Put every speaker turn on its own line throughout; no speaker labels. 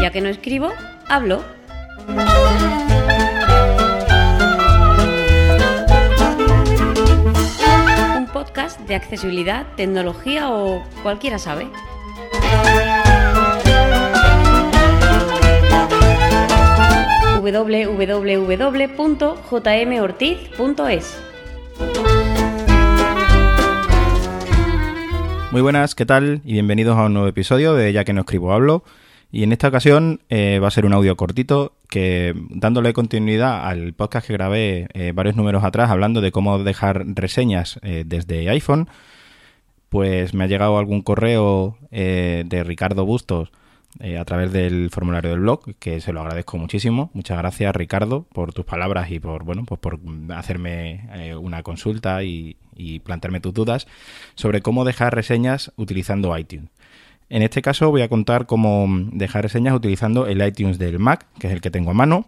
ya que no escribo, hablo. Un podcast de accesibilidad, tecnología o cualquiera sabe. www.jmortiz.es
Muy buenas, ¿qué tal? Y bienvenidos a un nuevo episodio de Ya que no escribo hablo. Y en esta ocasión eh, va a ser un audio cortito que dándole continuidad al podcast que grabé eh, varios números atrás hablando de cómo dejar reseñas eh, desde iPhone, pues me ha llegado algún correo eh, de Ricardo Bustos eh, a través del formulario del blog, que se lo agradezco muchísimo. Muchas gracias Ricardo por tus palabras y por, bueno, pues por hacerme eh, una consulta y, y plantearme tus dudas sobre cómo dejar reseñas utilizando iTunes. En este caso voy a contar cómo dejar reseñas utilizando el iTunes del Mac, que es el que tengo a mano.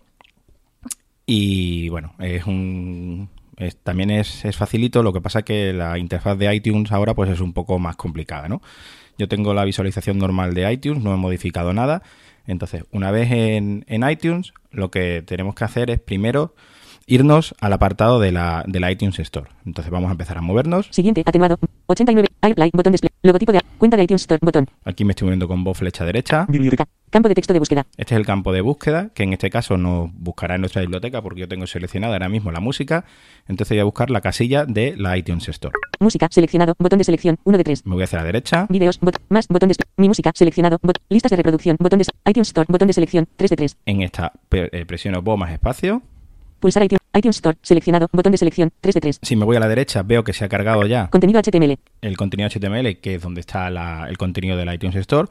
Y bueno, es un es, también es, es, facilito, lo que pasa que la interfaz de iTunes ahora pues es un poco más complicada, ¿no? Yo tengo la visualización normal de iTunes, no he modificado nada. Entonces, una vez en, en iTunes, lo que tenemos que hacer es primero irnos al apartado de la, de la, iTunes Store. Entonces vamos a empezar a movernos.
Siguiente, atenuado. 89, AirPlay, botón display, logotipo de cuenta de iTunes Store, botón.
Aquí me estoy moviendo con voz flecha derecha.
Biblioteca, campo de texto de búsqueda.
Este es el campo de búsqueda, que en este caso nos buscará en nuestra biblioteca porque yo tengo seleccionada ahora mismo la música. Entonces voy a buscar la casilla de la iTunes Store.
Música, seleccionado, botón de selección, 1 de 3.
Me voy hacia la derecha.
Videos, bot, más, botón de mi música, seleccionado, bot, listas de reproducción, botón de iTunes Store, botón de selección, 3 de 3.
En esta eh, presiono voz más espacio.
Pulsar iTunes, iTunes, Store, seleccionado, botón de selección, 3 de 3.
Si me voy a la derecha, veo que se ha cargado ya.
Contenido HTML.
El contenido HTML, que es donde está la, el contenido del iTunes Store.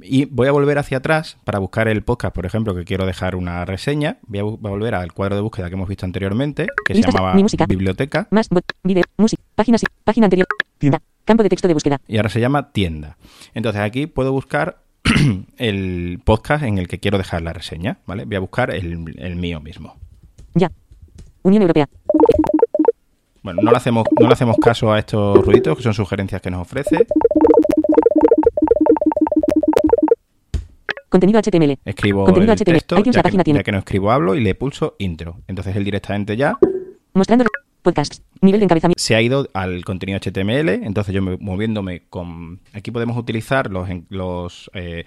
Y voy a volver hacia atrás para buscar el podcast, por ejemplo, que quiero dejar una reseña. Voy a, voy a volver al cuadro de búsqueda que hemos visto anteriormente, que Listas, se llamaba
mi música,
Biblioteca.
Más, bot, video, música, página, página anterior, tienda, campo de texto de búsqueda.
Y ahora se llama Tienda. Entonces aquí puedo buscar el podcast en el que quiero dejar la reseña, ¿vale? Voy a buscar el, el mío mismo.
Ya. Unión Europea.
Bueno, no le hacemos, no le hacemos caso a estos ruiditos, que son sugerencias que nos ofrece.
Contenido HTML.
Escribo
Contenido
el
HTML.
texto,
iTunes,
ya
la
que,
página tiene.
ya que no escribo hablo y le pulso intro. Entonces él directamente ya
Mostrando podcasts. Nivel de encabezamiento.
se ha ido al contenido HTML, entonces yo me- moviéndome con... Aquí podemos utilizar los, en- los eh,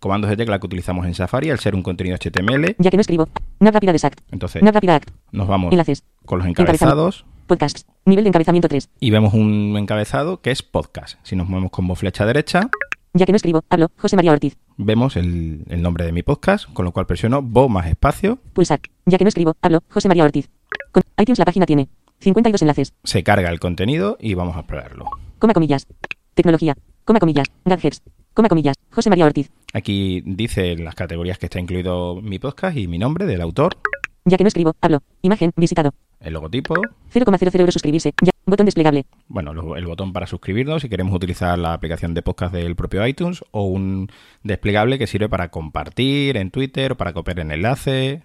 comandos de tecla que utilizamos en Safari al ser un contenido HTML.
Ya que no escribo. Nav rápida de SACT.
Entonces
Nav rápida ACT.
nos vamos
Enlaces.
con los encabezados
Podcasts. Nivel de encabezamiento 3.
y vemos un encabezado que es podcast. Si nos movemos con voz flecha derecha,
Ya que no escribo. Hablo. José María Ortiz.
vemos el, el nombre de mi podcast, con lo cual presiono bo más espacio,
Pulsar. Ya que no escribo. Hablo. José María Ortiz. Con iTunes la página tiene. 52 enlaces.
se carga el contenido y vamos a explorarlo.
Coma comillas. Tecnología. Coma comillas. Gadgets. Coma comillas. José María Ortiz.
Aquí dice las categorías que está incluido mi podcast y mi nombre del autor,
Ya que no escribo. Hablo. Imagen. Visitado.
el logotipo,
0,00 euros suscribirse. Ya. Botón desplegable.
bueno, lo- el botón para suscribirnos si queremos utilizar la aplicación de podcast del propio iTunes o un desplegable que sirve para compartir en Twitter o para copiar en enlace.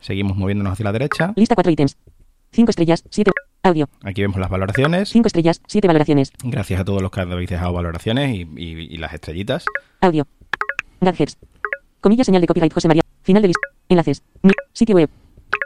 Seguimos moviéndonos hacia la derecha.
Lista 4 ítems. 5 estrellas. 7. Audio.
Aquí vemos las valoraciones.
5 estrellas. 7 valoraciones.
Gracias a todos los que habéis dejado valoraciones y, y- y las estrellitas.
Audio. Gadgets. Comilla señal de copyright José María. Final de lista. Enlaces. Ni- Sitio web.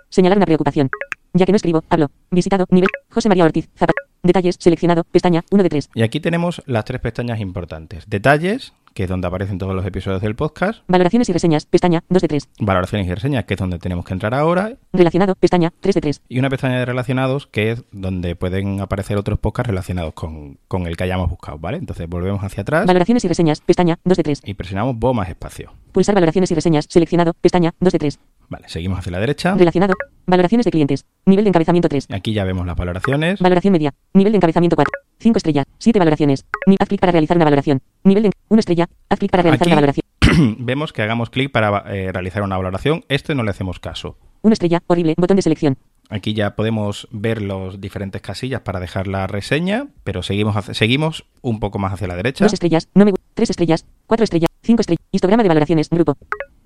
Señalar una preocupación. Ya que no escribo, hablo. Visitado. Nivel. José María Ortiz. Zapata. Detalles. Seleccionado. Pestaña. 1 de 3.
Y aquí tenemos las tres pestañas importantes. Detalles, que es donde aparecen todos los episodios del podcast.
Valoraciones y reseñas. Pestaña. 2 de 3.
Valoraciones y reseñas, que es donde tenemos que entrar ahora.
Relacionado. Pestaña. 3 de 3.
y una pestaña de relacionados que es donde pueden aparecer otros podcasts relacionados con, con el que hayamos buscado, ¿vale? Entonces volvemos hacia atrás
Valoraciones y reseñas. Pestaña. 2 de 3.
y presionamos Bo más espacio.
Pulsar valoraciones y reseñas. Seleccionado. Pestaña. 2 de 3.
Vale, seguimos hacia la derecha.
Relacionado. Valoraciones de clientes. Nivel de encabezamiento 3.
Aquí ya vemos las valoraciones.
Valoración media. Nivel de encabezamiento 4. 5 estrellas. 7 valoraciones. Ni- Haz clic para realizar una valoración. Nivel de 1 estrella. Haz clic para realizar
Aquí-
una valoración.
vemos que hagamos clic para eh, realizar una valoración. Este no le hacemos caso.
1 estrella. Horrible. Botón de selección.
Aquí ya podemos ver las diferentes casillas para dejar la reseña, pero seguimos, hacia- seguimos un poco más hacia la derecha.
Dos estrellas, no me gu- tres estrellas, cuatro estrellas, cinco estrellas, histograma de valoraciones, grupo,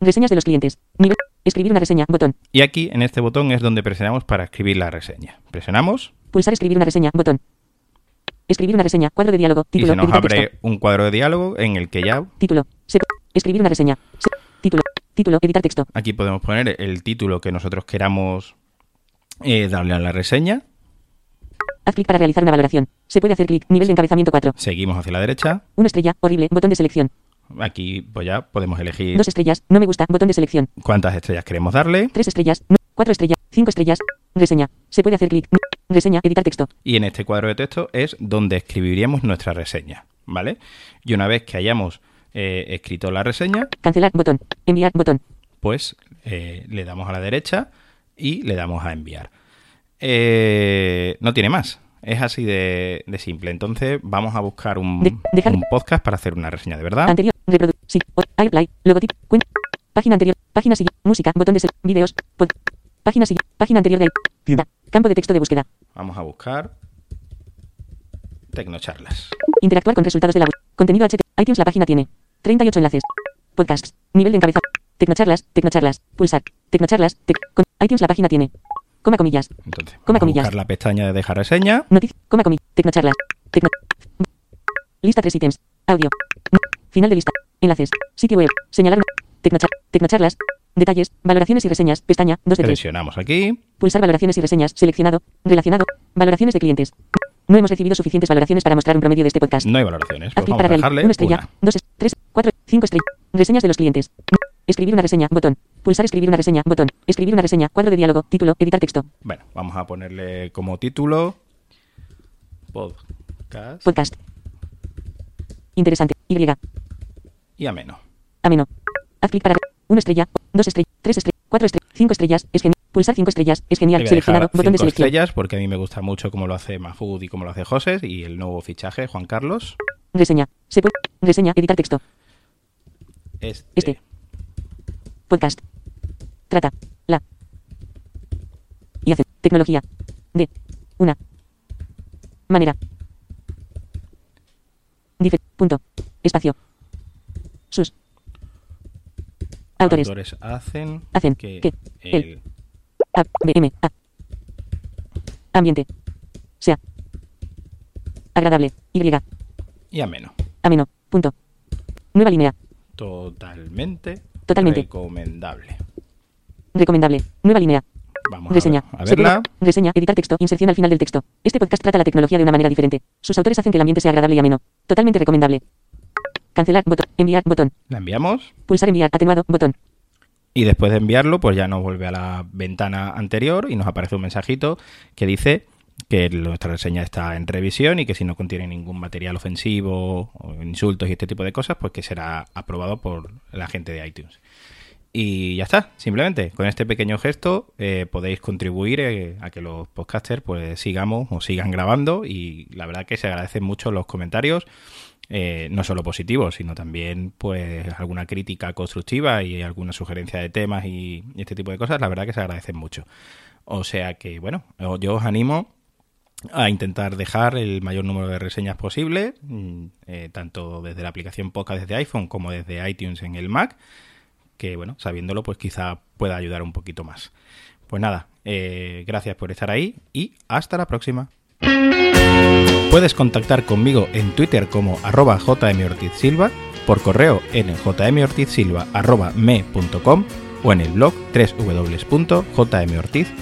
reseñas de los clientes, nivel, escribir una reseña, botón,
Y aquí en este botón es donde presionamos para escribir la reseña. Presionamos
pulsar escribir una reseña, botón, escribir una reseña, cuadro de diálogo,
y
título,
se nos
editar texto,
abre un cuadro de diálogo en el que ya
título, se- escribir una reseña, se- Título. Título. Editar texto.
Aquí podemos poner el título que nosotros queramos eh, darle a la reseña.
Haz clic para realizar una valoración. Se puede hacer clic. Nivel de encabezamiento 4.
Seguimos hacia la derecha.
Una estrella. Horrible. Botón de selección.
Aquí pues ya podemos elegir
Dos estrellas. No me gusta. Botón de selección.
cuántas estrellas queremos darle.
Tres estrellas. no- Cuatro estrellas. Cinco estrellas. Reseña. Se puede hacer clic. Reseña. Editar texto.
Y en este cuadro de texto es donde escribiríamos nuestra reseña, ¿vale? Y una vez que hayamos eh, escrito la reseña,
Cancelar. Botón. Enviar. Botón.
pues eh, le damos a la derecha y le damos a enviar. Eh, no tiene más. Es así de, de simple. Entonces vamos a buscar un,
De- dejar-
un podcast para hacer una reseña de verdad.
Anterior. Reproducir. Sí. o- Airplay. Logotipo. cuen- Página anterior. Página siguiente. Música. Botón de se- Videos. pod- Página siguiente. Página anterior de tienda. Campo de texto de búsqueda.
Vamos a buscar Tecnocharlas.
Interactuar con resultados de la búsqueda. Contenido HT. iTunes. La página tiene 38 enlaces. Podcasts. Nivel de encabezado. Tecnocharlas. Tecnocharlas. Pulsar. Tecnocharlas. tec- con- iTunes. La página tiene. Coma comillas.
Entonces,
Coma
vamos a
comillas.
buscar la pestaña de dejar reseña.
Noticias. Coma comillas. Tecnocharlas. Tecno. Lista tres ítems. Audio. No. Final de lista. Enlaces. Sitio web. Señalar. una- Tecnochar tecnocharlas. Detalles. Valoraciones y reseñas. Pestaña. 2 de 3.
Presionamos aquí.
Pulsar valoraciones y reseñas. Seleccionado. Relacionado. Valoraciones de clientes. No hemos recibido suficientes valoraciones para mostrar un promedio de este podcast.
No hay valoraciones.
Haz
Pues
clic
vamos a
para realizar
dejarle
una estrella,
una.
dos, es- tres, cuatro, cinco estrellas. Reseñas de los clientes. Escribir una reseña, botón. Pulsar escribir una reseña, botón. Escribir una reseña, cuadro de diálogo, título, editar texto.
Bueno, vamos a ponerle como título podcast
Podcast. Interesante. Y.
y ameno.
Ameno. Haz clic para una estrella, dos estrellas, tres estrellas, cuatro estrellas, cinco estrellas, es genial. Pulsar cinco estrellas, es
Le voy
genial.
a dejar
Seleccionado, botón
cinco
de selección.
estrellas porque a mí me gusta mucho cómo lo hace Mahfood y cómo lo hace José y el nuevo fichaje Juan Carlos.
Reseña. Se puede. Reseña, editar texto.
Este,
Este. Podcast. Trata. La. Y hace. Tecnología. De. Una. Manera. Dice. Punto. Espacio. Sus. Autores.
hacen,
Hacen
que,
que
el
A. B. M. A. Ambiente. Sea. Agradable. Y.
y ameno.
Ameno. Punto. Nueva línea.
Totalmente,
Totalmente.
recomendable.
Recomendable. Nueva línea.
Vamos a
Reseña.
ver- a,
Se
verla.
puede- reseña. Editar texto. Inserción al final del texto. Este podcast trata la tecnología de una manera diferente. Sus autores hacen que el ambiente sea agradable y ameno. Totalmente recomendable. Cancelar. Botón. Enviar. Botón.
La enviamos
Pulsar enviar. Atenuado. Botón.
y después de enviarlo, pues ya nos vuelve a la ventana anterior y nos aparece un mensajito que dice que nuestra reseña está en revisión y que si no contiene ningún material ofensivo o insultos y este tipo de cosas, pues que será aprobado por la gente de iTunes. Y ya está, simplemente con este pequeño gesto eh, podéis contribuir eh, a que los podcasters pues sigamos o sigan grabando y la verdad que se agradecen mucho los comentarios, eh, no solo positivos, sino también pues alguna crítica constructiva y alguna sugerencia de temas y, y este tipo de cosas, la verdad que se agradecen mucho. O sea que bueno, o- yo os animo a intentar dejar el mayor número de reseñas posible, mm, eh, tanto desde la aplicación podcast desde iPhone como desde iTunes en el Mac que bueno, sabiéndolo, pues quizá pueda ayudar un poquito más. Pues nada, eh, gracias por estar ahí y hasta la próxima. Puedes contactar conmigo en Twitter como arroba jmortizsilva, por correo en jmortizsilva.me.com o en el blog www.jmortiz.es.